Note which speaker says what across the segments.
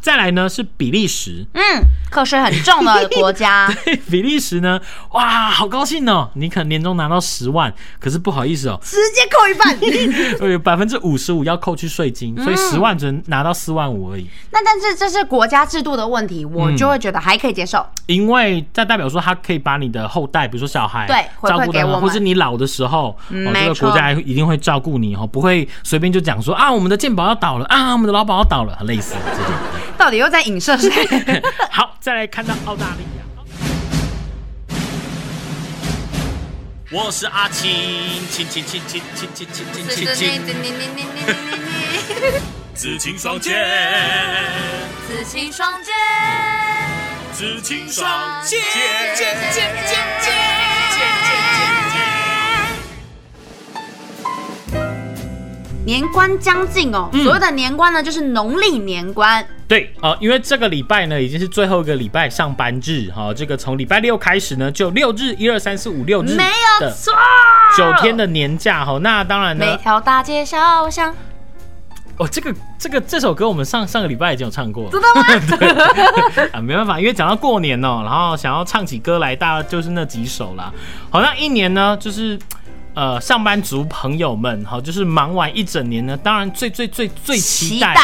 Speaker 1: 再来呢是比利时，
Speaker 2: 嗯，课税很重的国家，
Speaker 1: 比利时呢，哇，好高兴哦！你可能年终拿到十万，可是不好意思哦，
Speaker 2: 直接扣一半。
Speaker 1: 呃，百分之五十五要扣去税金，
Speaker 2: 嗯
Speaker 1: 所以十万只能拿到四万五而已。
Speaker 2: 那但是这是国家制度的问题，
Speaker 1: 嗯
Speaker 2: 我就会觉得还可以接受。
Speaker 1: 因为这代表说他可以把你的后代，比如说小孩，
Speaker 2: 对回
Speaker 1: 照
Speaker 2: 馈
Speaker 1: 顾
Speaker 2: 给
Speaker 1: 的
Speaker 2: 我
Speaker 1: 很好，
Speaker 2: 们
Speaker 1: 或是你老的时候，
Speaker 2: 嗯
Speaker 1: 哦，
Speaker 2: 没
Speaker 1: 这个
Speaker 2: 错
Speaker 1: 国家一定会照顾你哦，不会随便就讲说啊，我们的健保要倒了啊，我们的劳保要倒了，类似这种。
Speaker 2: 到底又在影射谁？
Speaker 1: 好，再来看到澳大利亚。我是阿青，青青青青青青青青青青，紫青双剑，
Speaker 2: 紫青双剑，
Speaker 1: 紫青双剑。
Speaker 2: 剑剑剑剑剑。年关将近哦，
Speaker 1: 嗯
Speaker 2: 所谓的年关呢，就是农历年关。
Speaker 1: 对，呃，因为这个礼拜呢已经是最后一个礼拜上班日哈、这个从礼拜六开始呢，就六日一二三四五六日
Speaker 2: 没有
Speaker 1: 的
Speaker 2: 错，
Speaker 1: 九天的年假哈、那当然
Speaker 2: 每
Speaker 1: 呢，
Speaker 2: 条大街小巷，
Speaker 1: 哦，这个这个这首歌我们上上个礼拜已经有唱过了，
Speaker 2: 知道 吗？
Speaker 1: 啊，没办法，因为讲到过年哦、然后想要唱起歌来，大家就是那几首啦。好，那一年呢，就是呃，上班族朋友们，好，就是忙完一整年呢，当然最最最最期待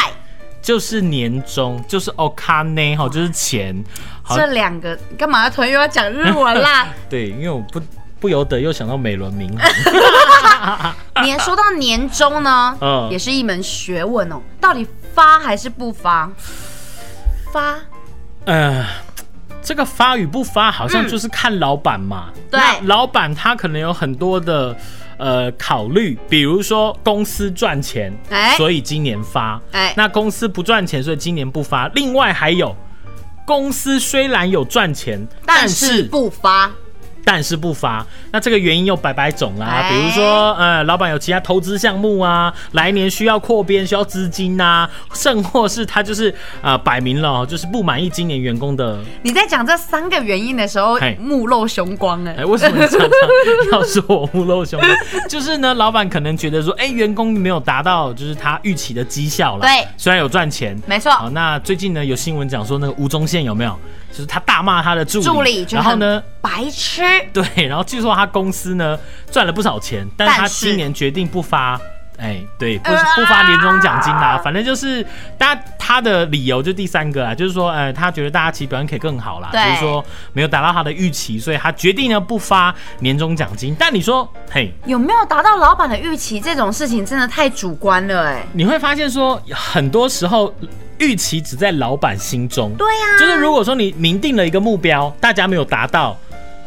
Speaker 1: 就是年终，就是 o k a n 哈，就是钱。好，
Speaker 2: 这两个，你干嘛突然又要讲日文啦？
Speaker 1: 对，因为我不不由得又想到美轮明宏，
Speaker 2: 年说到年终呢，
Speaker 1: 嗯
Speaker 2: 也是一门学问哦，到底发还是不发？发
Speaker 1: 呃。这个发与不发，好像就是看老板嘛。
Speaker 2: 嗯对
Speaker 1: 那老板他可能有很多的呃考虑，比如说公司赚钱，
Speaker 2: 哎
Speaker 1: 所以今年发。
Speaker 2: 哎，
Speaker 1: 那公司不赚钱，所以今年不发。另外还有，公司虽然有赚钱，
Speaker 2: 但
Speaker 1: 但
Speaker 2: 是
Speaker 1: 是
Speaker 2: 不发，
Speaker 1: 但是不发。那这个原因有百百种啦
Speaker 2: 哎，
Speaker 1: 比如说呃，老板有其他投资项目啊，来年需要扩编，需要资金啊，甚或是他就是呃摆明了哦就是不满意今年员工的，
Speaker 2: 你在讲这三个原因的时候
Speaker 1: 嘿，
Speaker 2: 目露凶光哎、
Speaker 1: 哎，为什么常常 要说我屋漏凶呢？就是呢，老板可能觉得说，哎，员工没有达到就是他预期的绩效啦，
Speaker 2: 对
Speaker 1: 虽然有赚钱，
Speaker 2: 没错，
Speaker 1: 好，那最近呢有新闻讲说那个吴宗宪有没有，就是他大骂他的助理，
Speaker 2: 助理就
Speaker 1: 然后呢
Speaker 2: 很，白痴，
Speaker 1: 对，然后据说他公司呢赚了不少钱，但是
Speaker 2: 但
Speaker 1: 他
Speaker 2: 是
Speaker 1: 今年决定不发。哎，对，不
Speaker 2: 呃
Speaker 1: 不发年终奖金啦、反正就是，大家他的理由就第三个啊，就是说，呃，他觉得大家其实表现可以更好啦，
Speaker 2: 对
Speaker 1: 就是说没有达到他的预期，所以他决定呢不发年终奖金。但你说，嘿，
Speaker 2: 有没有达到老板的预期这种事情真的太主观了哎、
Speaker 1: 你会发现说，很多时候预期只在老板心中，
Speaker 2: 对呀、
Speaker 1: 就是如果说你明定了一个目标，大家没有达到，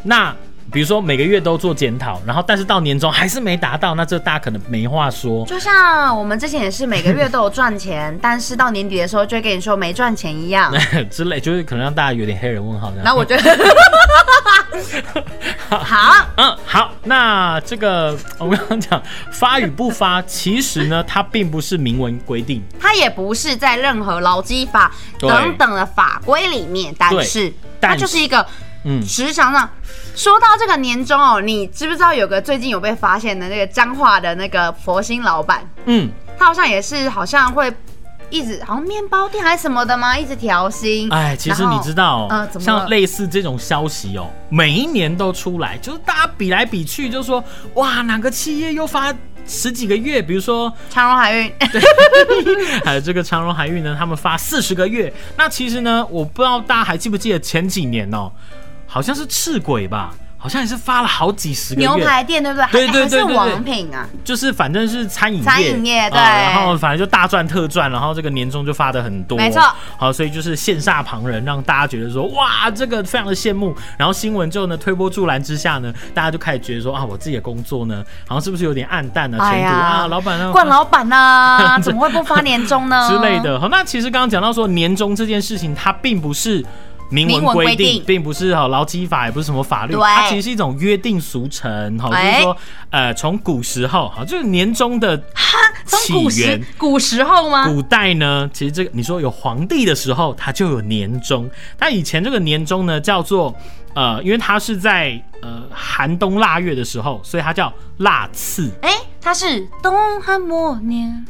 Speaker 1: 那比如说每个月都做检讨，然后但是到年终还是没达到，那这大家可能没话说。
Speaker 2: 就像我们之前也是每个月都有赚钱，但是到年底的时候就会跟你说没赚钱 一样。
Speaker 1: 之类，就是可能让大家有点黑人问号这样。
Speaker 2: 然后我 觉得， 好，
Speaker 1: 嗯，好，那这个 我刚刚讲发与不发，其实呢，它并不是明文规定，
Speaker 2: 它也不是在任何劳基法
Speaker 1: 对
Speaker 2: 等等的法规里面，但是它
Speaker 1: 但
Speaker 2: 就是一个
Speaker 1: 嗯，
Speaker 2: 职场上。说到这个年终哦，你知不知道有个最近有被发现的那个彰化的那个佛心老板，
Speaker 1: 嗯，
Speaker 2: 他好像也是好像会一直好像面包店还是什么的吗？一直调薪，
Speaker 1: 哎，其实
Speaker 2: 然后
Speaker 1: 你知道、
Speaker 2: 呃怎么了
Speaker 1: 像类似这种消息哦，每一年都出来，就是大家比来比去，就说哇，哪个企业又发十几个月，比如说
Speaker 2: 长荣海运
Speaker 1: 还有这个长荣海运呢，他们发四十个月。那其实呢，我不知道大家还记不记得前几年哦，好像是赤鬼吧，好像也是发了好几十个
Speaker 2: 牛
Speaker 1: 月，
Speaker 2: 排店对不对？还
Speaker 1: 对对对对
Speaker 2: 还是
Speaker 1: 对嗯
Speaker 2: 王品啊，
Speaker 1: 就是反正是餐饮业，
Speaker 2: 餐饮业
Speaker 1: 哦
Speaker 2: 对
Speaker 1: 然后反正就大赚特赚，然后这个年终就发的很多，
Speaker 2: 没错
Speaker 1: 好，所以就是羡煞旁人，让大家觉得说哇，这个非常的羡慕。然后新闻就呢推波助澜之下呢，大家就开始觉得说啊，我自己的工作呢，好像是不是有点暗淡啊，
Speaker 2: 哎
Speaker 1: 前途
Speaker 2: 呀
Speaker 1: 啊，老板啊，
Speaker 2: 冠老 板呐、怎么会不发年终呢
Speaker 1: 之类？的。
Speaker 2: 嗯
Speaker 1: 好，那其实刚刚讲到说年终这件事情，它并不是。明
Speaker 2: 明
Speaker 1: 文
Speaker 2: 文规
Speaker 1: 规
Speaker 2: 定
Speaker 1: 定并不是哈劳基法，也不是什么法律，
Speaker 2: 对
Speaker 1: 它其实是一种约定俗成，哈，就
Speaker 2: 哎
Speaker 1: 是说，呃，从古时候，哈，就是年终的起
Speaker 2: 从古时啊
Speaker 1: 源。
Speaker 2: 古时候吗？
Speaker 1: 古代呢，其实这个你说有皇帝的时候，它就有年终。那以前这个年终呢，叫做呃，因为它是在呃寒冬腊月的时候，所以它叫腊次。
Speaker 2: 哎、它是东汉末年，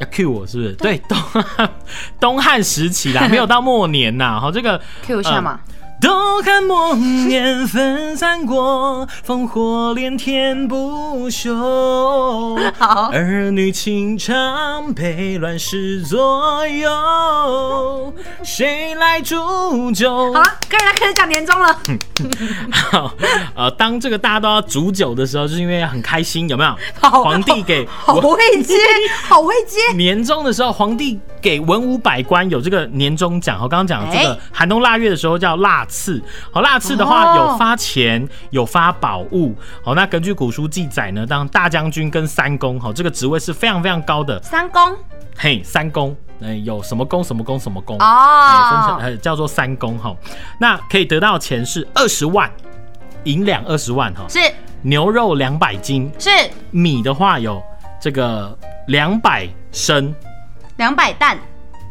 Speaker 1: 要 cue 我是不是？对，东汉 东汉时期啦，没有到末年呐。好，这个
Speaker 2: Q
Speaker 1: 嗯
Speaker 2: 一下嘛。
Speaker 1: 东汉末年分三国，烽火连天不休。
Speaker 2: 好，
Speaker 1: 儿女情长被乱世左右，谁来煮酒？
Speaker 2: 好了，跟人家开始讲年终了。
Speaker 1: 嗯好， 呃，当这个大家都要煮酒的时候，就是因为很开心，有没有？
Speaker 2: 好
Speaker 1: 皇帝给
Speaker 2: 好会接，好会接。
Speaker 1: 年终的时候，皇帝给文武百官有这个年终奖。我刚刚讲的这个
Speaker 2: 哎
Speaker 1: 寒冬腊月的时候叫腊赐。好，腊赐的话
Speaker 2: 哦
Speaker 1: 有发钱，有发宝物。好，那根据古书记载呢，当大将军跟三公，好，这个职位是非常非常高的。
Speaker 2: 三公
Speaker 1: 嘿，三公，哎、有什么公什么公什么公，哎、分成
Speaker 2: 哦，
Speaker 1: 呃叫做三公哈。那可以得到的钱是二十万，银两二十万哈，
Speaker 2: 是
Speaker 1: 牛肉两百斤，
Speaker 2: 是
Speaker 1: 米的话有这个两百升。
Speaker 2: 两百担，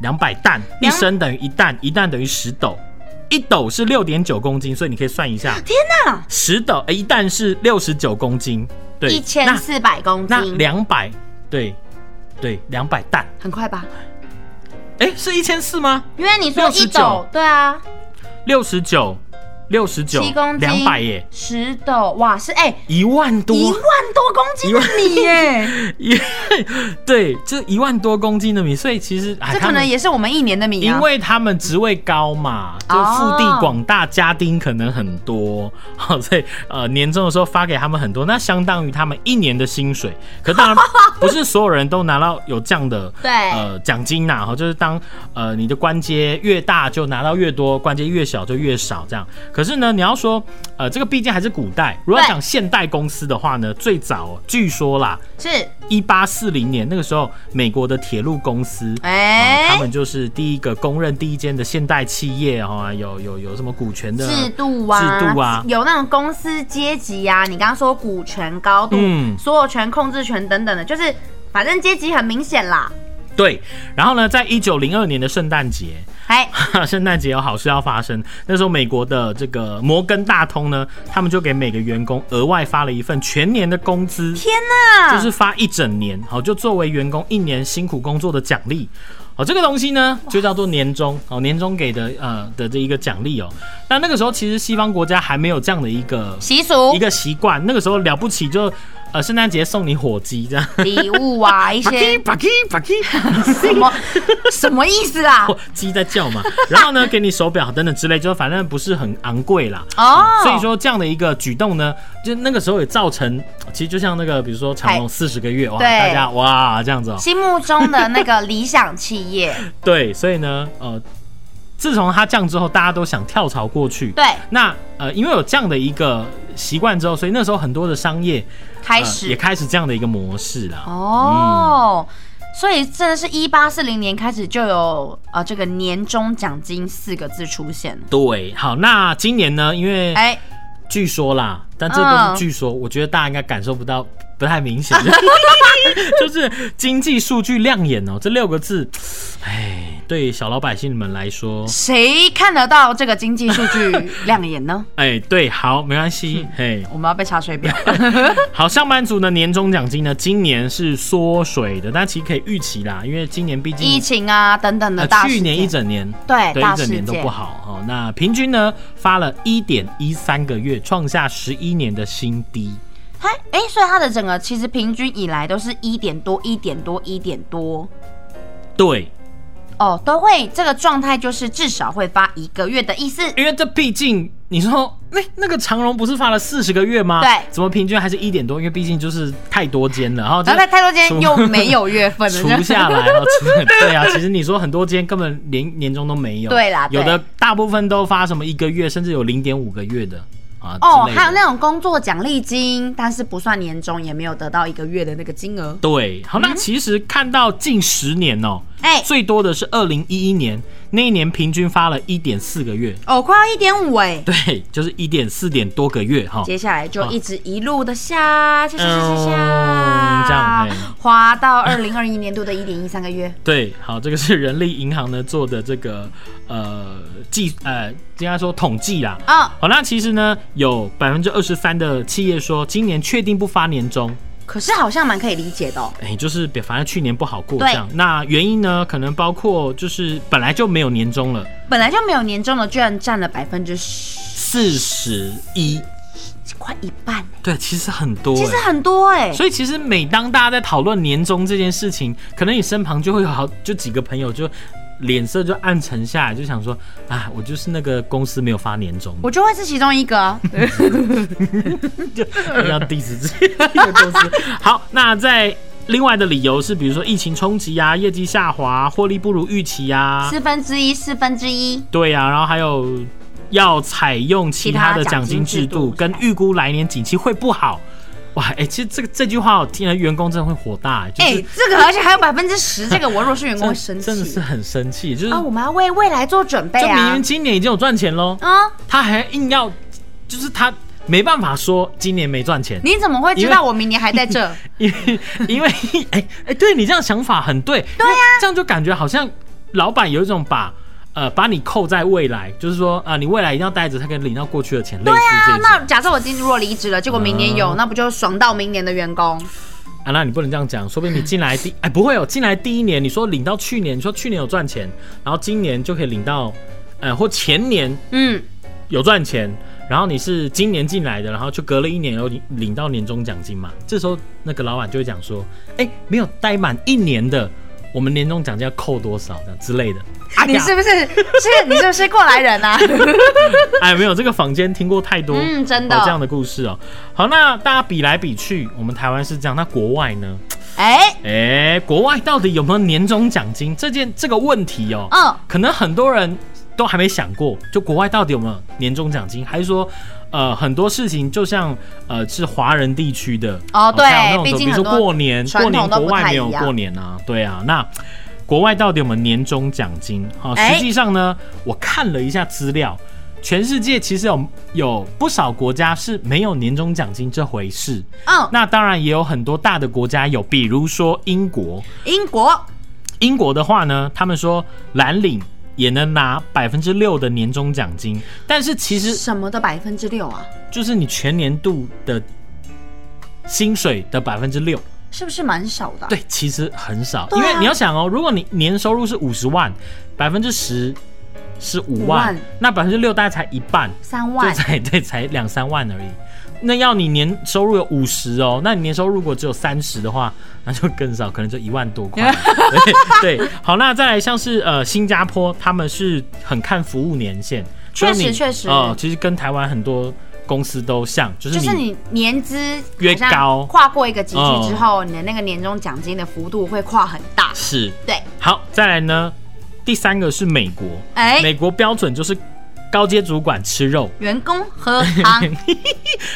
Speaker 1: 两百担，一
Speaker 2: 两
Speaker 1: 升等于一担，一担等于十斗，一斗是六点九公斤，所以你可以算一下，
Speaker 2: 天哪，
Speaker 1: 十斗、呃一担是六十九公斤，对，
Speaker 2: 一千
Speaker 1: 那
Speaker 2: 四百公
Speaker 1: 那
Speaker 2: 斤，
Speaker 1: 两百，对，对，两百担，
Speaker 2: 很快吧？
Speaker 1: 哎、是一千四吗？
Speaker 2: 因为你说一斗，对啊，
Speaker 1: 六十九，六十九，
Speaker 2: 七公斤，
Speaker 1: 两百耶，
Speaker 2: 十斗，哇，是哎。
Speaker 1: 一万多，哎
Speaker 2: 一万多公斤的米 耶，
Speaker 1: 一对，这一万多公斤的米，所以其实哎
Speaker 2: 这
Speaker 1: 他
Speaker 2: 可能
Speaker 1: 们
Speaker 2: 也是我们一年的米啊。
Speaker 1: 因为他们职位高嘛，就腹地广大，家丁可能很多， 好，所以呃年终的时候发给他们很多，那相当于他们一年的薪水。可当然不是所有人都拿到有这样的
Speaker 2: 对
Speaker 1: 呃奖金呐、哈，就是当呃你的官阶越大就拿到越多，官阶越小就越少这样。可是呢，你要说呃这个毕竟还是古代，如果要
Speaker 2: 对
Speaker 1: 讲现代公司的话呢，最早据说啦，
Speaker 2: 是
Speaker 1: 一八四零年那个时候美国的铁路公司
Speaker 2: 哎
Speaker 1: 啊，他们就是第一个公认第一间的现代企业哦，有有有什么股权的
Speaker 2: 制度啊，
Speaker 1: 制度啊
Speaker 2: 有那种公司阶级啊，你刚刚说股权高度、
Speaker 1: 嗯
Speaker 2: 所有权、控制权等等的，就是反正阶级很明显啦。
Speaker 1: 对。然后呢，在一九零二年的圣诞节，
Speaker 2: 哎，
Speaker 1: 圣诞节有好事要发生。那时候美国的这个摩根大通呢，他们就给每个员工额外发了一份全年的工资，
Speaker 2: 天哪，
Speaker 1: 就是发一整年，好，就作为员工一年辛苦工作的奖励。好，这个东西呢，就叫做年终，好，年终给的呃的这一个奖励哦。那那个时候其实西方国家还没有这样的一个
Speaker 2: 习俗
Speaker 1: 一、个习惯。那个时候了不起就，呃，圣诞节送你火鸡 这样。
Speaker 2: 礼 物啊，一些
Speaker 1: 巴基巴 基，
Speaker 2: 什么什么意 思啊？
Speaker 1: 哦鸡在叫嘛。然后呢，给你手表等等之类，就反正不是很昂贵啦。
Speaker 2: 哦，
Speaker 1: 所以说这样的一个举动呢，就那个时候也造成，其实就像那个，比如说长隆四十个月，哇，
Speaker 2: 哎对
Speaker 1: 大家哇这样子哦、
Speaker 2: 心目中的那个理想 企业，
Speaker 1: 对，所以呢，呃，自从他降之后，大家都想跳槽过去。
Speaker 2: 对，
Speaker 1: 那呃，因为有这样的一个习惯之后，所以那时候很多的商业
Speaker 2: 开
Speaker 1: 呃
Speaker 2: 始、
Speaker 1: 也嗯开始这样的一个模式啦。
Speaker 2: 哦。所以真的是一八四零年开始就有呃这个年终奖金四个字出现了，
Speaker 1: 对，好，那今年呢，因为
Speaker 2: 哎、
Speaker 1: 据说啦，但这
Speaker 2: 嗯
Speaker 1: 都是据说，我觉得大家应该感受不到，不太明显， 就是经济数据亮眼哦，这六个字，哎，对小老百姓们来说，
Speaker 2: 谁看得到这个经济数据亮眼 呢？
Speaker 1: 哎，对，好，没关系，
Speaker 2: 嗯
Speaker 1: 嘿，
Speaker 2: 我们要被查水 表。
Speaker 1: 呃好，上班族的年终奖金呢，今年是缩水的，但其实可以预期啦，因为今年毕
Speaker 2: 疫
Speaker 1: 竟。
Speaker 2: 情啊等等的
Speaker 1: 呃，
Speaker 2: 大事
Speaker 1: 去
Speaker 2: 件
Speaker 1: 年一整年，
Speaker 2: 对
Speaker 1: 对，
Speaker 2: 大
Speaker 1: 一
Speaker 2: 事
Speaker 1: 整年
Speaker 2: 件
Speaker 1: 都不好哦。那平均呢，发了一点一三个月，创下十一年的新低。
Speaker 2: 嗨，哎、所以它的整个其实平均以来都是一点多、一点多、一点多
Speaker 1: 对，
Speaker 2: 哦，都会这个状态就是至少会发一个月的意思。
Speaker 1: 因为这毕竟你说那那个长荣不是发了四十个月吗？
Speaker 2: 对
Speaker 1: 怎么平均还是一点多？因为毕竟就是太多间了，然后就
Speaker 2: 然后在太多间
Speaker 1: 除
Speaker 2: 又没有月份 了，
Speaker 1: 除下来哦，除对啊，其实你说很多间根本连年终都没有，
Speaker 2: 对啦对
Speaker 1: 有的大部分都发什么一个月，甚至有零点五个月的啊
Speaker 2: 哦，
Speaker 1: 之类的
Speaker 2: 还有那种工作奖励金，但是不算年终，也没有得到一个月的那个金额。
Speaker 1: 对，好，
Speaker 2: 嗯
Speaker 1: 那其实看到近十年哦，
Speaker 2: 哎、
Speaker 1: 最多的是二零一一年，那一年平均发了一点四个月，
Speaker 2: 哦，快要一点五哎，
Speaker 1: 对，就是一点四点多个月哈、
Speaker 2: 接下来
Speaker 1: 啊
Speaker 2: 就一直一路的下下下下下
Speaker 1: 嗯
Speaker 2: 下，
Speaker 1: 这样哎
Speaker 2: 滑到二零二一年度的一点一三个月。
Speaker 1: 对，好，这个是人力银行呢做的这个呃计呃，应该说统计啦。
Speaker 2: 哦，
Speaker 1: 好，那其实呢，有百分之二十三的企业说今年确定不发年终，
Speaker 2: 可是好像蛮可以理解的哦。
Speaker 1: 哎，就是比反正去年不好过这
Speaker 2: 对
Speaker 1: 样。那原因呢，可能包括就是本来就没有年终了，
Speaker 2: 本来就没有年终的，居然占了百分之十，
Speaker 1: 四十一，
Speaker 2: 快一半，
Speaker 1: 对，其实很多、
Speaker 2: 其
Speaker 1: 欸，
Speaker 2: 实很多哎、
Speaker 1: 所以其实每当大家在讨论年终这件事情，可能你身旁就会有好就几个朋友就脸色就暗沉下来，就想说，哎，我就是那个公司没有发年终，
Speaker 2: 我就会是其中一个啊。
Speaker 1: 要 diss 自己的公司。 好，那在另外的理由是，比如说疫情冲击啊，业绩下滑、获利不如预期啊，
Speaker 2: 四分之一，四分之一，
Speaker 1: 对啊，然后还有。要采用其他的奖金制度，
Speaker 2: 其他奖金制度
Speaker 1: 跟预估来年景气会不好，哇，哎、其实这个这句话我听了，员工真的会火大、就
Speaker 2: 哎、
Speaker 1: 是
Speaker 2: 这个而且还有百分之十，这个我若是员工会生
Speaker 1: 真真的
Speaker 2: 气
Speaker 1: 是很生气，就是
Speaker 2: 啊！我们要为未来做准备
Speaker 1: 就明
Speaker 2: 啊
Speaker 1: 明！今年已经有赚钱喽，
Speaker 2: 啊、
Speaker 1: 他还硬要，就是他没办法说今年没赚钱，
Speaker 2: 你怎么会知
Speaker 1: 因
Speaker 2: 道我明年还在这？
Speaker 1: 因为因为哎哎，对你这样想法很对，对呀、
Speaker 2: 啊
Speaker 1: 这样就感觉好像老板有一种把。呃，把你扣在未来，就是说啊、你未来一定要带着他可以领到过去的钱，类似这
Speaker 2: 啊，
Speaker 1: 种
Speaker 2: 那假设我今天如果离职了，结果明年有，
Speaker 1: 嗯
Speaker 2: 那不就爽到明年的员工？
Speaker 1: 啊，那你不能这样讲，说不定你进来 第哎不会有、进来第一年，你说领到去年，你说去年有赚钱，然后今年就可以领到，呃或前年
Speaker 2: 嗯，
Speaker 1: 有赚钱，然后你是今年进来的，然后就隔了一年有领领到年终奖金嘛？这时候那个老板就会讲说，哎、没有待满一年的，我们年终奖金要扣多少这样之类的。 哎
Speaker 2: 你
Speaker 1: 呀，
Speaker 2: 是不是是你是不是过来 人啊？
Speaker 1: 哎没有这个坊间听过太多、
Speaker 2: 嗯，真
Speaker 1: 有这样
Speaker 2: 的。
Speaker 1: 的故事哦。好，那大家比来比去，我们台湾是这样，那国外呢？
Speaker 2: 哎、
Speaker 1: 哎、国外到底有没有年终奖金这件这个问题哦？
Speaker 2: 嗯，
Speaker 1: 可能很多人都还没想过，就国外到底有没有年终奖金，还是说，呃，很多事情就像呃是华人地区的
Speaker 2: 哦对
Speaker 1: 像有那种
Speaker 2: 毕竟
Speaker 1: 比如
Speaker 2: 很
Speaker 1: 说
Speaker 2: 多
Speaker 1: 过年，
Speaker 2: 传
Speaker 1: 过
Speaker 2: 统
Speaker 1: 年
Speaker 2: 都
Speaker 1: 国
Speaker 2: 不
Speaker 1: 外
Speaker 2: 太
Speaker 1: 没
Speaker 2: 一
Speaker 1: 有
Speaker 2: 样
Speaker 1: 过年啊，对啊，那国外到底有没有年终奖金？啊好、
Speaker 2: 哎
Speaker 1: 实际上呢，我看了一下资料。全世界其实有有不少国家是没有年终奖金这回事，
Speaker 2: 嗯，
Speaker 1: 那当然也有很多大的国家有，比如说英国，
Speaker 2: 英国
Speaker 1: 英国的话呢，他们说蓝领也能拿百分之六的年终奖金，但是其实
Speaker 2: 什么的百分之六啊？
Speaker 1: 就是你全年度的薪水的百分之六，
Speaker 2: 是不是蛮少的啊、
Speaker 1: 对，其实很少，
Speaker 2: 对
Speaker 1: 因
Speaker 2: 啊
Speaker 1: 为你要想哦，如果你年收入是五十万，百分之十是五万，
Speaker 2: 五万
Speaker 1: 那百分之六大概才一半，
Speaker 2: 三
Speaker 1: 就
Speaker 2: 万，
Speaker 1: 才 对才两三万而已。那要你年收入有五十哦，那你年收入如果只有三十的话，那就更少，可能就一万多 块。对对，好，那再来像是呃新加坡，他们是很看服务年限，
Speaker 2: 确实
Speaker 1: 就是你
Speaker 2: 确实
Speaker 1: 呃，其实跟台湾很多公司都像，就
Speaker 2: 就是是
Speaker 1: 你
Speaker 2: 你年资
Speaker 1: 越
Speaker 2: 好像
Speaker 1: 高
Speaker 2: 跨过一个级距之后，你的那个年终奖金的幅度会跨很大。
Speaker 1: 是
Speaker 2: 对，
Speaker 1: 好，再来呢，第三个是美国，
Speaker 2: 哎、
Speaker 1: 美国标准就是高阶主管吃肉，
Speaker 2: 员工喝汤，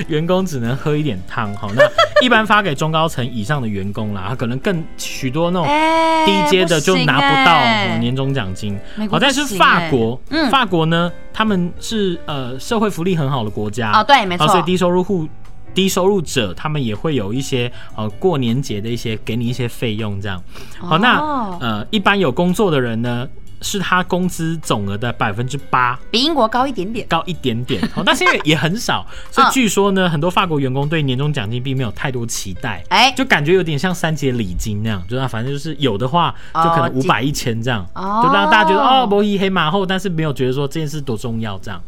Speaker 1: 员工只能喝一点汤，好，那一般发给中高层以上的员工啦，他可能更许多那种
Speaker 2: 哎、
Speaker 1: 低阶的就拿不到
Speaker 2: 行哎
Speaker 1: 哦年终奖金
Speaker 2: 美。国
Speaker 1: 好，但
Speaker 2: 不
Speaker 1: 是
Speaker 2: 行
Speaker 1: 法
Speaker 2: 哎
Speaker 1: 国，
Speaker 2: 嗯
Speaker 1: 法国呢，他们是呃社会福利很好的国家
Speaker 2: 哦，对，没
Speaker 1: 好所以
Speaker 2: 错，
Speaker 1: 低收入户。低收入者他们也会有一些呃过年节的一些给你一些费用这样，好、那、
Speaker 2: 哦
Speaker 1: 呃一般有工作的人呢，是他工资总额的百分之八，
Speaker 2: 比英国高一点点。
Speaker 1: 高一点点， 好，但是因为也很少，
Speaker 2: 嗯
Speaker 1: 所以据说呢，很多法国员工对年终奖金并没有太多期待，
Speaker 2: 哎、
Speaker 1: 就感觉有点像三节礼金那样，就是它反正就是有的话就
Speaker 2: 哦
Speaker 1: 可能五
Speaker 2: 几
Speaker 1: 百一千这样，
Speaker 2: 哦
Speaker 1: 就让大家觉得哦，摩一黑马后，但是没有觉得说这件事多重要这样。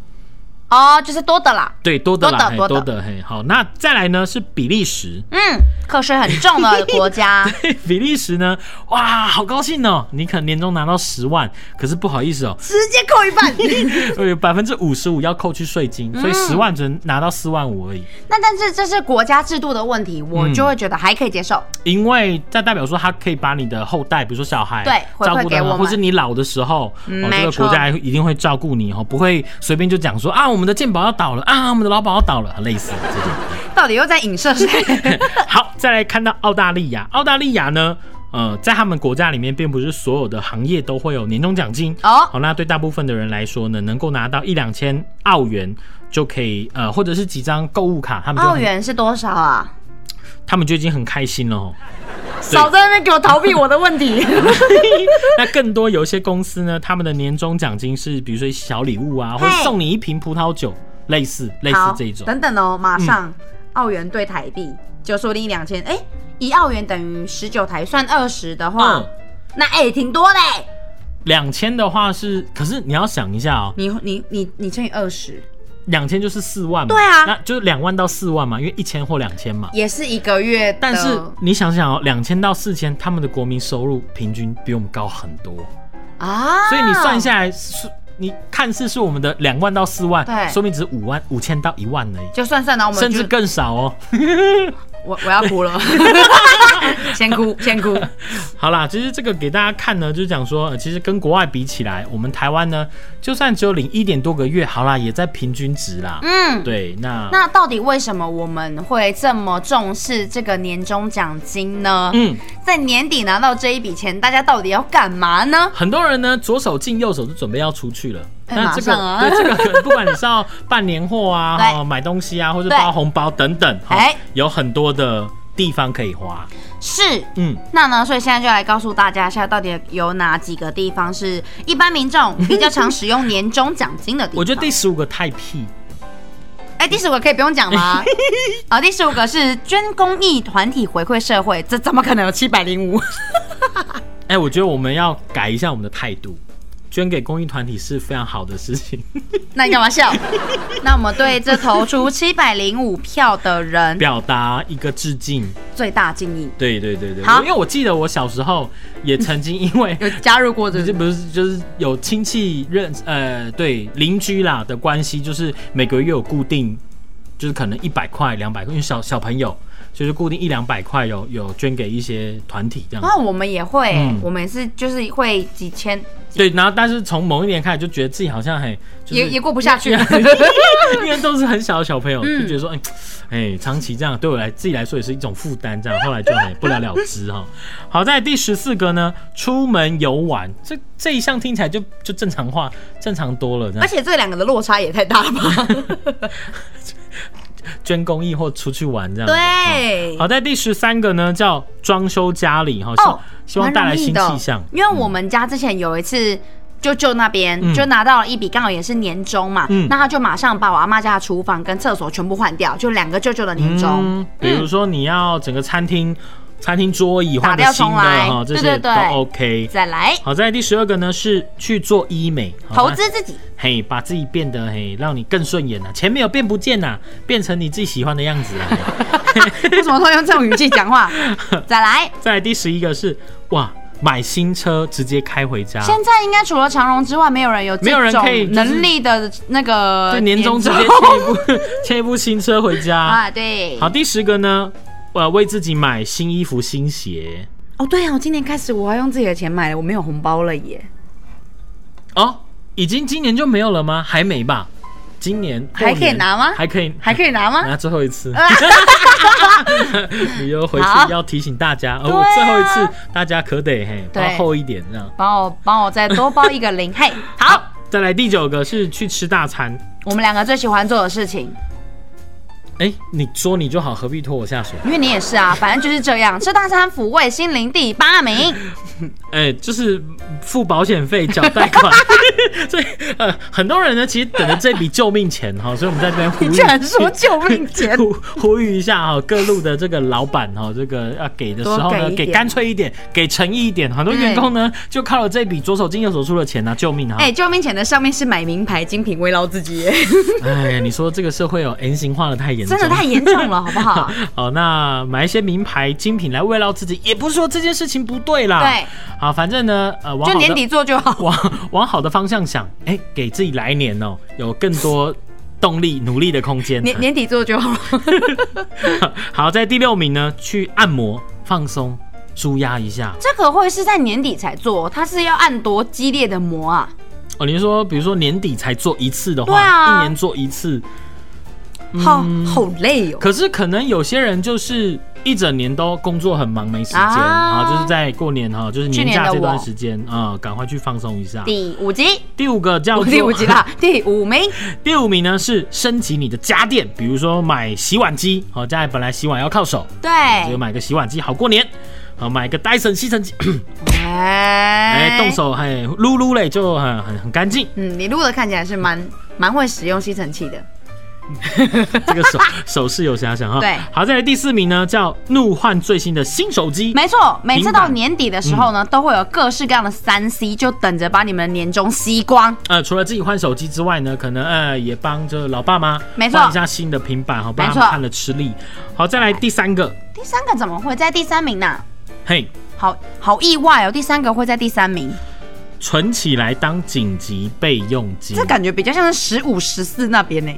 Speaker 2: 哦，就是多的啦。
Speaker 1: 对，多的啦，
Speaker 2: 多的
Speaker 1: 嘿
Speaker 2: 多的
Speaker 1: 的嘿。好，那再来呢是比利时，
Speaker 2: 嗯，课税很重的国家，
Speaker 1: 比利时呢，哇，好高兴哦，你可能年终拿到十万，可是不好意思 哦，
Speaker 2: 直接扣一半。
Speaker 1: 有百分之五十五要扣去税金，
Speaker 2: 嗯
Speaker 1: 所以十万只能拿到四万五而已。
Speaker 2: 那但是这是国家制度的问题，
Speaker 1: 嗯
Speaker 2: 我就会觉得还可以接受。
Speaker 1: 因为这代表说他可以把你的后代，比如说小孩，
Speaker 2: 对回馈
Speaker 1: 照顾
Speaker 2: 给
Speaker 1: 的
Speaker 2: 我
Speaker 1: 很，
Speaker 2: 们
Speaker 1: 或是你老的时候，
Speaker 2: 嗯
Speaker 1: 哦，这
Speaker 2: 没
Speaker 1: 个
Speaker 2: 错
Speaker 1: 国家一定会照顾你哦，不会随便就讲说啊，我们的健保要倒了啊，我们的劳保要倒了，类似这种。
Speaker 2: 到底又在影射 谁？
Speaker 1: 好，再来看到澳大利 亚，澳大利亚呢，呃，在他们国家里面，并不是所有的行业都会有年终奖金。
Speaker 2: 哦，
Speaker 1: 好，那对大部分的人来说呢，能够拿到一两千澳元就可以，呃，或者是几张购物卡，他们就
Speaker 2: 澳
Speaker 1: 很
Speaker 2: 元是多少啊？
Speaker 1: 他们就已经很开心了哦。
Speaker 2: 少在那边给我逃避我的问 题。
Speaker 1: 那更多有一些公司呢，他们的年终奖金是比如说小礼物啊，或者
Speaker 2: 嘿
Speaker 1: 送你一瓶葡萄酒，类似类似
Speaker 2: 好
Speaker 1: 这一，种。嗯
Speaker 2: 等等哦，马上。澳元兑台币，就说不定两千，哎，一澳元等于十九台，算二十的话，
Speaker 1: 嗯，
Speaker 2: 那哎、挺多嘞。
Speaker 1: 两千的话是，可是你要想一下哦，
Speaker 2: 你你你你乘以二十，
Speaker 1: 两千就是四万嘛，
Speaker 2: 对啊
Speaker 1: 那就是两万到四万嘛，因为一千或两千嘛。
Speaker 2: 也是一个月的，
Speaker 1: 但是你想想哦，两千到四千，他们的国民收入平均比我们高很多，
Speaker 2: 啊，
Speaker 1: 所以你算下来是，你看似是我们的两万到四万，
Speaker 2: 对
Speaker 1: 说明只是五万五千到一万而已，
Speaker 2: 就算算了，我们
Speaker 1: 甚
Speaker 2: 就
Speaker 1: 至更少哦。
Speaker 2: 我我要 哭了，先哭先哭，
Speaker 1: 好啦，其实这个给大家看呢，就是讲说，呃其实跟国外比起来，我们台湾呢，就算只有领一点多个月，好啦，也在平均值啦。
Speaker 2: 嗯。
Speaker 1: 对，那
Speaker 2: 那到底为什么我们会这么重视这个年终奖金呢？
Speaker 1: 嗯，
Speaker 2: 在年底拿到这一笔钱，大家到底要干嘛呢？
Speaker 1: 很多人呢，左手进右手就准备要出去了。
Speaker 2: 哎
Speaker 1: 那这个、
Speaker 2: 马上啊
Speaker 1: 对这个可能不管你是要办年货 啊、
Speaker 2: 对
Speaker 1: 哦买东西啊，或者
Speaker 2: 对
Speaker 1: 包红包等等，哈
Speaker 2: 哎
Speaker 1: 有很多的地方可以花。
Speaker 2: 是，
Speaker 1: 嗯，
Speaker 2: 那呢？所以现在就来告诉大家一下，到底有哪几个地方是一般民众比较常使用年终奖金的地 方？
Speaker 1: 我觉得第十五个太屁，
Speaker 2: 哎、第十五个可以不用 讲吗？啊、第十五个是捐公益团体回馈社会，这怎么可能有七百零 五？
Speaker 1: 哎、我觉得我们要改一下我们的态度，捐给公益团体是非常好的事情。
Speaker 2: 那你干嘛笑？那我们对这投出七百零五票的人
Speaker 1: 表达一个致敬。
Speaker 2: 最大敬意，
Speaker 1: 对对对对，
Speaker 2: 好
Speaker 1: 我因为我记得我小时候也曾经因 为
Speaker 2: 有加入过这
Speaker 1: 这不是就是有亲戚认呃对邻居啦的关系，就是每个月有固定，就是可能一百块两百块，因为小小朋友就是固定一两百块有有捐给一些团体这样。
Speaker 2: 那我们也会、
Speaker 1: 嗯
Speaker 2: 我们也是就是会几千，
Speaker 1: 对，然后但是从某一年开始就觉得自己好像很就是
Speaker 2: 也也过不下去。
Speaker 1: 因为都是很小的小朋友，
Speaker 2: 嗯
Speaker 1: 就觉得说，哎、哎，长期这样对我来自己来说也是一种负担，这样后来就很不了了之哈。好在第十四个呢，出门游玩，这这一项听起来就就正常化，正常多了，这
Speaker 2: 而
Speaker 1: 样
Speaker 2: 且这两个的落差也太大 了吧？
Speaker 1: 捐公益或出去玩这样子。哦
Speaker 2: 对，
Speaker 1: 好在第十三个呢，叫装修家里哈，希望、
Speaker 2: 哦
Speaker 1: 希望带来新气象
Speaker 2: 蛮容易的。因为我们家之前有一次。就就那边、
Speaker 1: 嗯
Speaker 2: 就拿到了一笔，刚好也是年终嘛，
Speaker 1: 嗯
Speaker 2: 那他就马上把我阿妈家的厨房跟厕所全部换掉，就两个舅舅的年终。
Speaker 1: 嗯，比如说你要整个餐厅、餐厅桌椅换个
Speaker 2: 打掉
Speaker 1: 新的
Speaker 2: 重来
Speaker 1: 哈，这
Speaker 2: 对
Speaker 1: 些
Speaker 2: 对
Speaker 1: 都
Speaker 2: 对
Speaker 1: OK。
Speaker 2: 再来
Speaker 1: 好在第十二个呢是去做医美好
Speaker 2: 投
Speaker 1: 那
Speaker 2: 资自己，
Speaker 1: 嘿，把自己变得嘿，让你更顺眼呐、钱没有变不见呐、变成你自己喜欢的样子啊。
Speaker 2: 为什么都用这种语气讲 话？再来，
Speaker 1: 再来第十一个是哇，买新车直接开回家，
Speaker 2: 现在应该除了长荣之外，没有人有这
Speaker 1: 没有人可以
Speaker 2: 种
Speaker 1: 就是
Speaker 2: 能力的那个
Speaker 1: 对，年终直接 切一部切一部新车回家。
Speaker 2: 啊，对，
Speaker 1: 好，第十个呢，呃，为自己买新衣服、新鞋
Speaker 2: 哦，对啊，我今年开始我要用自己的钱买了，我没有红包了耶，
Speaker 1: 哦，已经今年就没有了吗？还没吧？今年
Speaker 2: 还
Speaker 1: 后
Speaker 2: 可以
Speaker 1: 年
Speaker 2: 拿吗
Speaker 1: 还可以，
Speaker 2: 还可以拿吗？
Speaker 1: 拿最后一次， 你又回去
Speaker 2: 啊好
Speaker 1: 要提醒大家，而、
Speaker 2: 对
Speaker 1: 我
Speaker 2: 啊
Speaker 1: 最后一次，大家可得嘿，包
Speaker 2: 对
Speaker 1: 厚一点这样。
Speaker 2: 帮我帮我再多包一个零，嘿，好，
Speaker 1: 再来第九个是去吃大餐。
Speaker 2: 我们两个最喜欢做的事情，
Speaker 1: 哎、你说你就好，何必拖我下水？
Speaker 2: 因为你也是啊，反正就是这样，吃大餐抚慰心灵第八名，
Speaker 1: 哎、就是付保险费、缴贷款， 所以呃，很多人呢其实等着这笔救命钱哈，所以我们在这边呼
Speaker 2: 你
Speaker 1: 吁，，
Speaker 2: 居然说救命 钱
Speaker 1: 呼呼吁一下哈，各路的这个老板哈，这个要给的时候
Speaker 2: 多
Speaker 1: 呢，
Speaker 2: 给一
Speaker 1: 给
Speaker 2: 点
Speaker 1: 干脆一点，给诚意一点。很多员工呢就靠了这笔左手进右手出的钱呢、救命哈！
Speaker 2: 哎、救命钱的上面是买名牌精品慰劳自己 耶，
Speaker 1: 哎，你说这个社会哦，N 型化的太严重
Speaker 2: 真
Speaker 1: 了，
Speaker 2: 的太严重了，好不 好？
Speaker 1: 好，那买一些名牌精品来慰劳自己，也不是说这件事情不对啦。
Speaker 2: 对，
Speaker 1: 好，反正呢，呃，往
Speaker 2: 就
Speaker 1: 好
Speaker 2: 年
Speaker 1: 的
Speaker 2: 底做就好。
Speaker 1: 往往好的方向想，哎、给自己来年哦、有更多动力、努力的空间。
Speaker 2: 年年底做就 好，
Speaker 1: 好，在第六名呢，去按摩放松、舒压一下。
Speaker 2: 这个会是在年底才做，它是要按多激烈的磨啊？
Speaker 1: 哦，你是说，比如说年底才做一次的话，
Speaker 2: 对啊
Speaker 1: 一年做一次，
Speaker 2: 好好累哦。
Speaker 1: 可是可能有些人就是一整年都工作很忙，没时间啊
Speaker 2: 啊
Speaker 1: 就是在过年哈，就是
Speaker 2: 去
Speaker 1: 年
Speaker 2: 年
Speaker 1: 假
Speaker 2: 的
Speaker 1: 这段
Speaker 2: 我
Speaker 1: 时间啊、赶快去放松一下。
Speaker 2: 第五集，
Speaker 1: 第五个叫
Speaker 2: 我
Speaker 1: 做
Speaker 2: 第五集啦，第五名，
Speaker 1: 第五名呢是升级你的家电，比如说买洗碗机，好、家里本来洗碗要靠手，
Speaker 2: 对，
Speaker 1: 就买个洗碗机好过年。好，买个 Dyson 吸尘机，
Speaker 2: 哎
Speaker 1: 哎，动，手嘿， 撸撸嘞就很很很干净。
Speaker 2: 嗯，你录的看起来是蛮蛮会使用吸尘器的，
Speaker 1: 这个手手势有遐想哈。
Speaker 2: 对
Speaker 1: 好，再来第四名呢，叫怒换最新的新手机。
Speaker 2: 没错，每次
Speaker 1: 平
Speaker 2: 到
Speaker 1: 板
Speaker 2: 年底的时候呢，都会有各式各样的三 C，就等着把你们的年终吸光。
Speaker 1: 呃，除了自己换手机之外呢，可能呃也帮就是老爸妈
Speaker 2: 没错
Speaker 1: 换一下新的平板哈，不然他
Speaker 2: 没错
Speaker 1: 们看了吃力。好，再来第三个，
Speaker 2: 第三个怎么会在第三名呢、
Speaker 1: 嘿，
Speaker 2: 好好意外哦，第三个会在第三名，
Speaker 1: 存起来当紧急备用金
Speaker 2: 这。感觉比较像是十五、十四那边呢，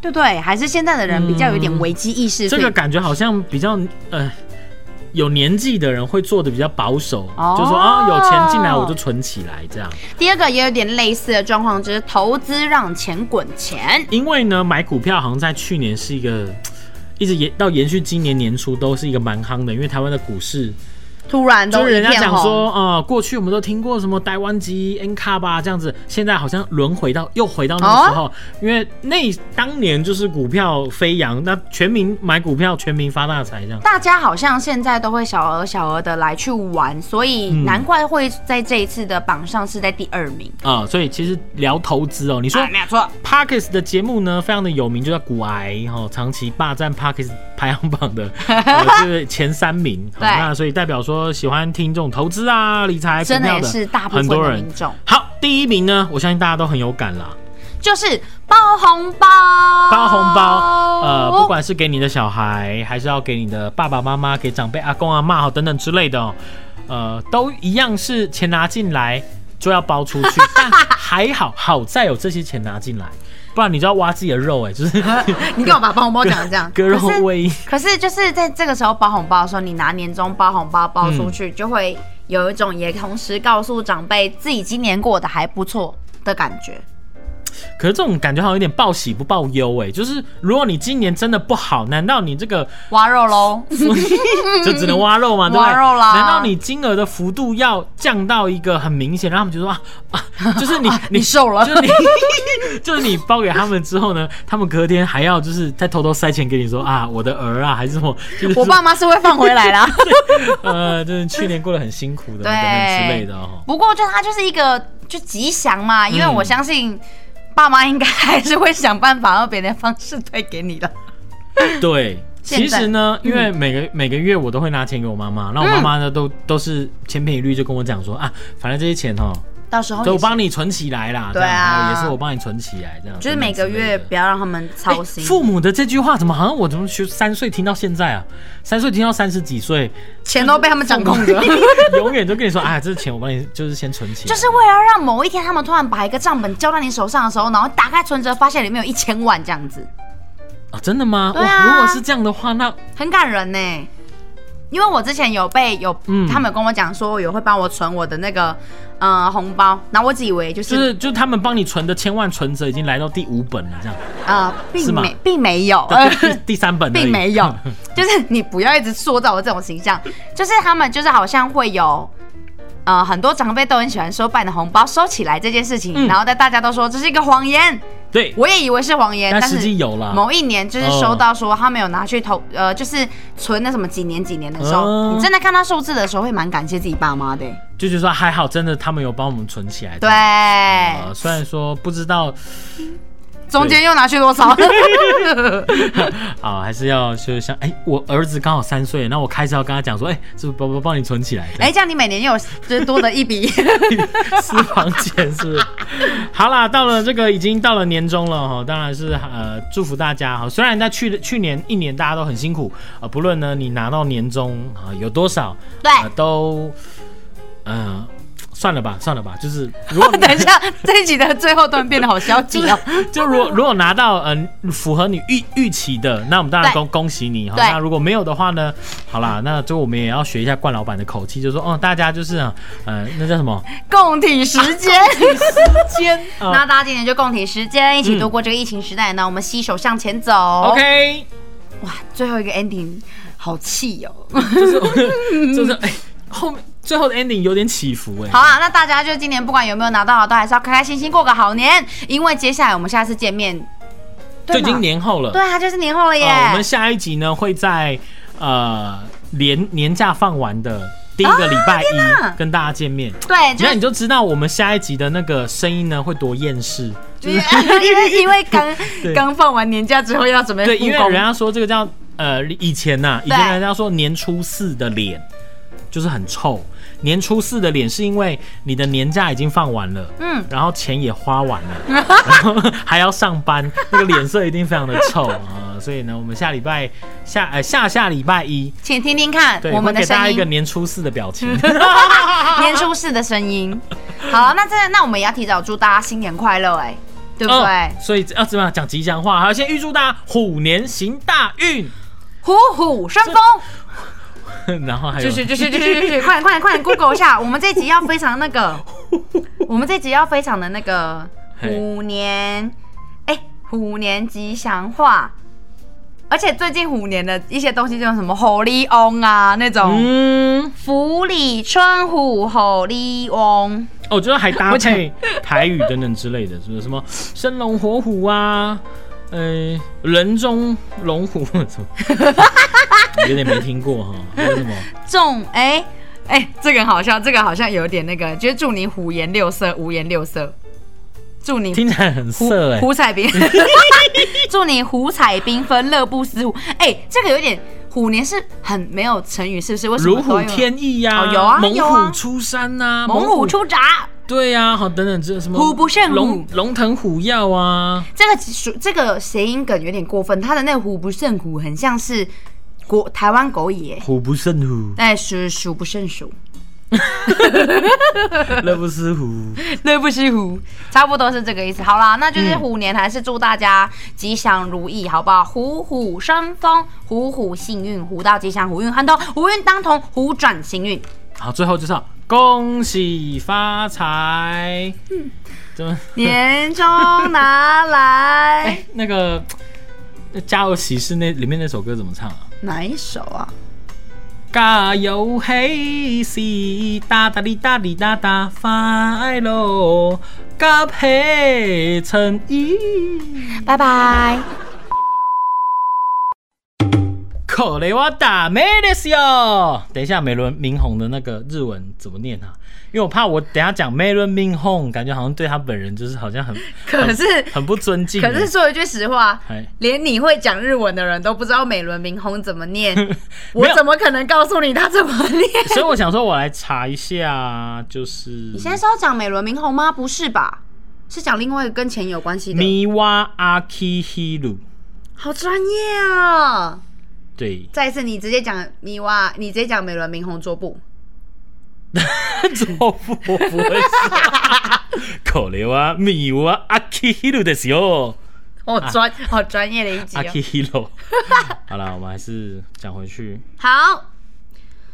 Speaker 2: 对不对？还是现在的人比较有一点危机意识，
Speaker 1: 这
Speaker 2: 所
Speaker 1: 个
Speaker 2: 以
Speaker 1: 感觉好像比较呃有年纪的人会做的比较保守，
Speaker 2: 哦
Speaker 1: 就说啊有钱进来我就存起来这样。
Speaker 2: 第二个也有点类似的状况，就是投资让钱滚钱。
Speaker 1: 因为呢，买股票好像在去年是一个。一直延到延续今年年初都是一个蛮夯的，因为台湾的股市
Speaker 2: 突然
Speaker 1: 就
Speaker 2: 都
Speaker 1: 是
Speaker 2: 一
Speaker 1: 人家
Speaker 2: 片
Speaker 1: 讲
Speaker 2: 红，
Speaker 1: 说，呃，过去我们都听过什么台湾级 N 卡吧这样子，现在好像轮回到又回到那个时
Speaker 2: 哦
Speaker 1: 候，因为那当年就是股票飞扬，那全民买股票，全民发大财这样。
Speaker 2: 大家好像现在都会小额小额的来去玩，所以
Speaker 1: 嗯
Speaker 2: 难怪会在这一次的榜上是在第二名。
Speaker 1: 啊、所以其实聊投资哦，你说
Speaker 2: 啊没有错，
Speaker 1: Parkes 的节目呢，非常的有名，就叫股癌哈、哦，长期霸占 Parkes 排行榜 的、呃、就是前三名。好
Speaker 2: 对
Speaker 1: 那所以代表说喜欢听这种投资啊、理财、股
Speaker 2: 真的
Speaker 1: 票
Speaker 2: 也是大部
Speaker 1: 很
Speaker 2: 分
Speaker 1: 多
Speaker 2: 的
Speaker 1: 人
Speaker 2: 民。众，
Speaker 1: 好，第一名呢，我相信大家都很有感啦，
Speaker 2: 就是包红包，哦
Speaker 1: 包红包，呃，不管是给你的小孩，还是要给你的爸爸妈妈、给长辈、阿公阿妈好等等之类的、哦，呃，都一样是钱拿进来就要包出 去，但还好，好在有这些钱拿进来，不然你就要挖自己的肉哎、就是
Speaker 2: 哦你干嘛把包红包讲成这样？
Speaker 1: 割肉
Speaker 2: 可是
Speaker 1: 喂鹰。
Speaker 2: 可是就是在这个时候包红包的时候，你拿年终包红包包出
Speaker 1: 嗯
Speaker 2: 去，就会有一种也同时告诉长辈自己今年过得还不错的感觉。
Speaker 1: 可是这种感觉好像有点报喜不报忧哎、就是如果你今年真的不好，难道你这个
Speaker 2: 挖肉喽，
Speaker 1: 就只能挖肉嘛，对不对？
Speaker 2: 挖肉啦
Speaker 1: 难道你金额的幅度要降到一个很明显，让他们觉得说啊啊，就是 你
Speaker 2: 你瘦了
Speaker 1: 就是你 就是你包给他们之后呢，他们隔天还要就是再偷偷塞钱给你说啊，我的儿啊，还是什么，就是说
Speaker 2: 我爸妈是会放回来啦。
Speaker 1: 呃，就是去年过得很辛苦的等等之类的哦。
Speaker 2: 不过就它就是一个就吉祥嘛，因为
Speaker 1: 嗯
Speaker 2: 我相信爸妈应该还是会想办法用别的方式退给你的。
Speaker 1: 对，
Speaker 2: 现
Speaker 1: 其
Speaker 2: 在嗯
Speaker 1: 实呢，因为每个、每个月我都会拿钱给我妈妈，那我妈妈呢都都是千篇一律就跟我讲说啊，反正这些钱哦，
Speaker 2: 到时候
Speaker 1: 都
Speaker 2: 也
Speaker 1: 我
Speaker 2: 是
Speaker 1: 帮你存起来啦，
Speaker 2: 对
Speaker 1: 这样
Speaker 2: 啊
Speaker 1: 也是我帮你存起来这样，
Speaker 2: 就是每个
Speaker 1: 等等
Speaker 2: 月
Speaker 1: 之类的
Speaker 2: 不要让他们操
Speaker 1: 欸
Speaker 2: 心。
Speaker 1: 父母的这句话怎么好像我怎么学三岁听到现在啊？三岁听到三十几岁，
Speaker 2: 钱都被他们掌控 着，
Speaker 1: 永远都跟你说，哎，这钱我帮你就是先存起来。
Speaker 2: 就是为了让某一天他们突然把一个账本交到你手上的时候，然后打开存折，发现里面有一千万这样子，
Speaker 1: 啊，真的吗？
Speaker 2: 对啊
Speaker 1: 哇，如果是这样的话，那
Speaker 2: 很感人呢。因为我之前有被有、
Speaker 1: 嗯
Speaker 2: 他们有跟我讲说有会帮我存我的那个呃红包，然后我只以为就是、
Speaker 1: 就是就是他们帮你存的千万存折已经来到第五本了，这样，
Speaker 2: 呃
Speaker 1: 是
Speaker 2: 并
Speaker 1: 吗
Speaker 2: 没并没有，呃
Speaker 1: 对第第三本而已
Speaker 2: 并没有，就是你不要一直塑造我这种形象， 就是他们就是好像会有。呃，很多长辈都很喜欢说把你的红包收起来这件事情，
Speaker 1: 嗯
Speaker 2: 然后但大家都说这是一个谎言，
Speaker 1: 对，
Speaker 2: 我也以为是谎言，
Speaker 1: 但
Speaker 2: 但
Speaker 1: 实
Speaker 2: 是
Speaker 1: 际有啊啦。
Speaker 2: 某一年就是收到说他没有拿去投，呃，就是存那什么几年几年的时候，
Speaker 1: 嗯
Speaker 2: 你真的看到数字的时候会蛮感谢自己爸妈的、
Speaker 1: 就是说还好，真的他们有帮我们存起来。
Speaker 2: 对，
Speaker 1: 呃，虽然说不知道
Speaker 2: 中间又拿去多少？
Speaker 1: 啊，还是要就是像哎、我儿子刚好三岁，那我开始要跟他讲说，哎、这宝宝帮你存起来。这样
Speaker 2: 哎、这样你每年又有就是多的一笔，
Speaker 1: 私房钱是不是？ 好啦，到了这个已经到了年终了哈，当然是呃祝福大家哈。虽然在去去年一年大家都很辛苦啊、呃不论呢你拿到年终啊、有多少，
Speaker 2: 对
Speaker 1: 呃都嗯、呃算了吧，算了吧，就是如果
Speaker 2: 等一下这一集的最后突然变得好消极哦。
Speaker 1: 就如果如果拿到嗯、符合你预预期的，那我们当然恭恭喜你哈。
Speaker 2: 对
Speaker 1: 那如果没有的话呢，好啦，那就我们也要学一下冠老板的口气，就说哦大家就是嗯、呃那叫什么
Speaker 2: 共体时间，
Speaker 1: 间啊
Speaker 2: 那大家今年就共体时间，一起度过这个疫情时代呢。我们携手向前走。
Speaker 1: OK。
Speaker 2: 哇，最后一个 ending 好气哦。
Speaker 1: 就是就是哎、后面最后的 ending 有点起伏哎、
Speaker 2: 好啊，那大家就今年不管有没有拿到，都还是要开开心心过个好年，因为接下来我们下次见面，
Speaker 1: 就
Speaker 2: 对
Speaker 1: 已
Speaker 2: 吗
Speaker 1: 经年后了。哦
Speaker 2: 对啊，就是年后了耶。
Speaker 1: 呃我们下一集呢会在呃年年假放完的第一个礼拜一跟大家见面。
Speaker 2: 对，啊就
Speaker 1: 那你
Speaker 2: 是
Speaker 1: 就知道我们下一集的那个声音呢会多厌世，就是
Speaker 2: 因为 因为刚
Speaker 1: 对
Speaker 2: 刚放完年假之后要准备
Speaker 1: 对，
Speaker 2: 复
Speaker 1: 因为
Speaker 2: 哎工
Speaker 1: 人家说这个叫呃以前呐、以前人家说年初四的脸就是很臭，年初四的脸是因为你的年假已经放完了，
Speaker 2: 嗯，
Speaker 1: 然后钱也花完 了，然后还要上班，那个脸色一定非常的 臭啊、所以呢，我们下礼拜下呃下下礼拜一，
Speaker 2: 请听听看
Speaker 1: 对，
Speaker 2: 我们
Speaker 1: 会
Speaker 2: 的
Speaker 1: 给大家
Speaker 2: 声
Speaker 1: 一个
Speaker 2: 音，
Speaker 1: 年初四的表 情。
Speaker 2: 年初四的声音。好，那真的，那我们也要提早祝大家新年快乐，哎，对不对
Speaker 1: 哦？所以要怎么样讲吉祥话？还要先预祝大家虎年行大运，
Speaker 2: 虎虎生风，
Speaker 1: 然后还有
Speaker 2: 就是就是就 是就是，快点快点快点 Google 一下，我们这一集要非常那个，我们这一集要非常的那个
Speaker 1: 嘿
Speaker 2: 虎年，哎，虎年吉祥话。而且最近虎年的一些东西，就是什么虎力翁啊那种，
Speaker 1: 嗯，
Speaker 2: 福里春虎虎力翁。
Speaker 1: 哦我觉得还搭配台语等等之类的，就是什么 生龙活虎啊，呃，人中龙虎什么，有点没听过哈，还有什么？
Speaker 2: 中哎哎、这个很好笑，这个好像有点那个，就是祝你虎颜六色，五颜六色，祝你
Speaker 1: 听起来很色哎、
Speaker 2: 虎 彩缤， 祝你虎彩缤纷，乐不思虎。哎、这个有点虎年是很没有成语，是不是？为什么
Speaker 1: 如
Speaker 2: 都
Speaker 1: 虎
Speaker 2: 有
Speaker 1: 添翼呀、
Speaker 2: 哦有啊
Speaker 1: 猛
Speaker 2: 有啊
Speaker 1: 虎出山呐、
Speaker 2: 猛虎出闸？
Speaker 1: 对呀、好等等这什么
Speaker 2: 虎不胜虎
Speaker 1: 龙龙腾虎跃啊，
Speaker 2: 这个属这个谐音梗有点过分，它的那个虎不胜虎很像是国台湾狗野。
Speaker 1: 虎不胜虎，
Speaker 2: 哎，是数不胜数，
Speaker 1: 乐不思 虎。
Speaker 2: 乐不思虎，差不多是这个意思。好啦，那就是
Speaker 1: 嗯
Speaker 2: 虎年，还是祝大家吉祥如意，好不好？虎虎生风，虎虎幸运，虎到吉祥，虎运亨通，虎运当头，虎转星运。
Speaker 1: 好，最后就是要恭喜发财。嗯，怎么？
Speaker 2: 年终拿 来、
Speaker 1: 哎、那个呃《家有喜事》那里面那首歌怎么唱啊？
Speaker 2: 哪一首啊？
Speaker 1: 家有喜事，哒哒哩哒哩哒哒，快乐搭配成衣。
Speaker 2: 拜拜。
Speaker 1: 可雷瓦打梅德斯哟！等一下，美轮明宏的那个日文怎么念啊？因为我怕我等一下讲美轮明宏，感觉好像对他本人就是好像很
Speaker 2: 可是，
Speaker 1: 很不尊敬欸。
Speaker 2: 可是说一句实话
Speaker 1: 哎，
Speaker 2: 连你会讲日文的人都不知道美轮明宏怎么 念，
Speaker 1: 没
Speaker 2: 我
Speaker 1: 有
Speaker 2: 怎么可能告诉你他怎么念？
Speaker 1: 所以我想说，我来查一下，就是
Speaker 2: 你现在是要讲美轮明宏吗？不是吧？是讲另外一个跟钱有关系的。
Speaker 1: 米瓦阿基希鲁，
Speaker 2: 好专业啊！，
Speaker 1: 对
Speaker 2: 再一次，你直接讲米哇，你直接讲美轮明宏桌布。
Speaker 1: 做不我不会说。可雷瓦啊米瓦阿基希鲁的时候，
Speaker 2: 哦，专、好专业的一集
Speaker 1: 阿基
Speaker 2: 哦。
Speaker 1: 希鲁。好了，我们还是讲回去。
Speaker 2: 好，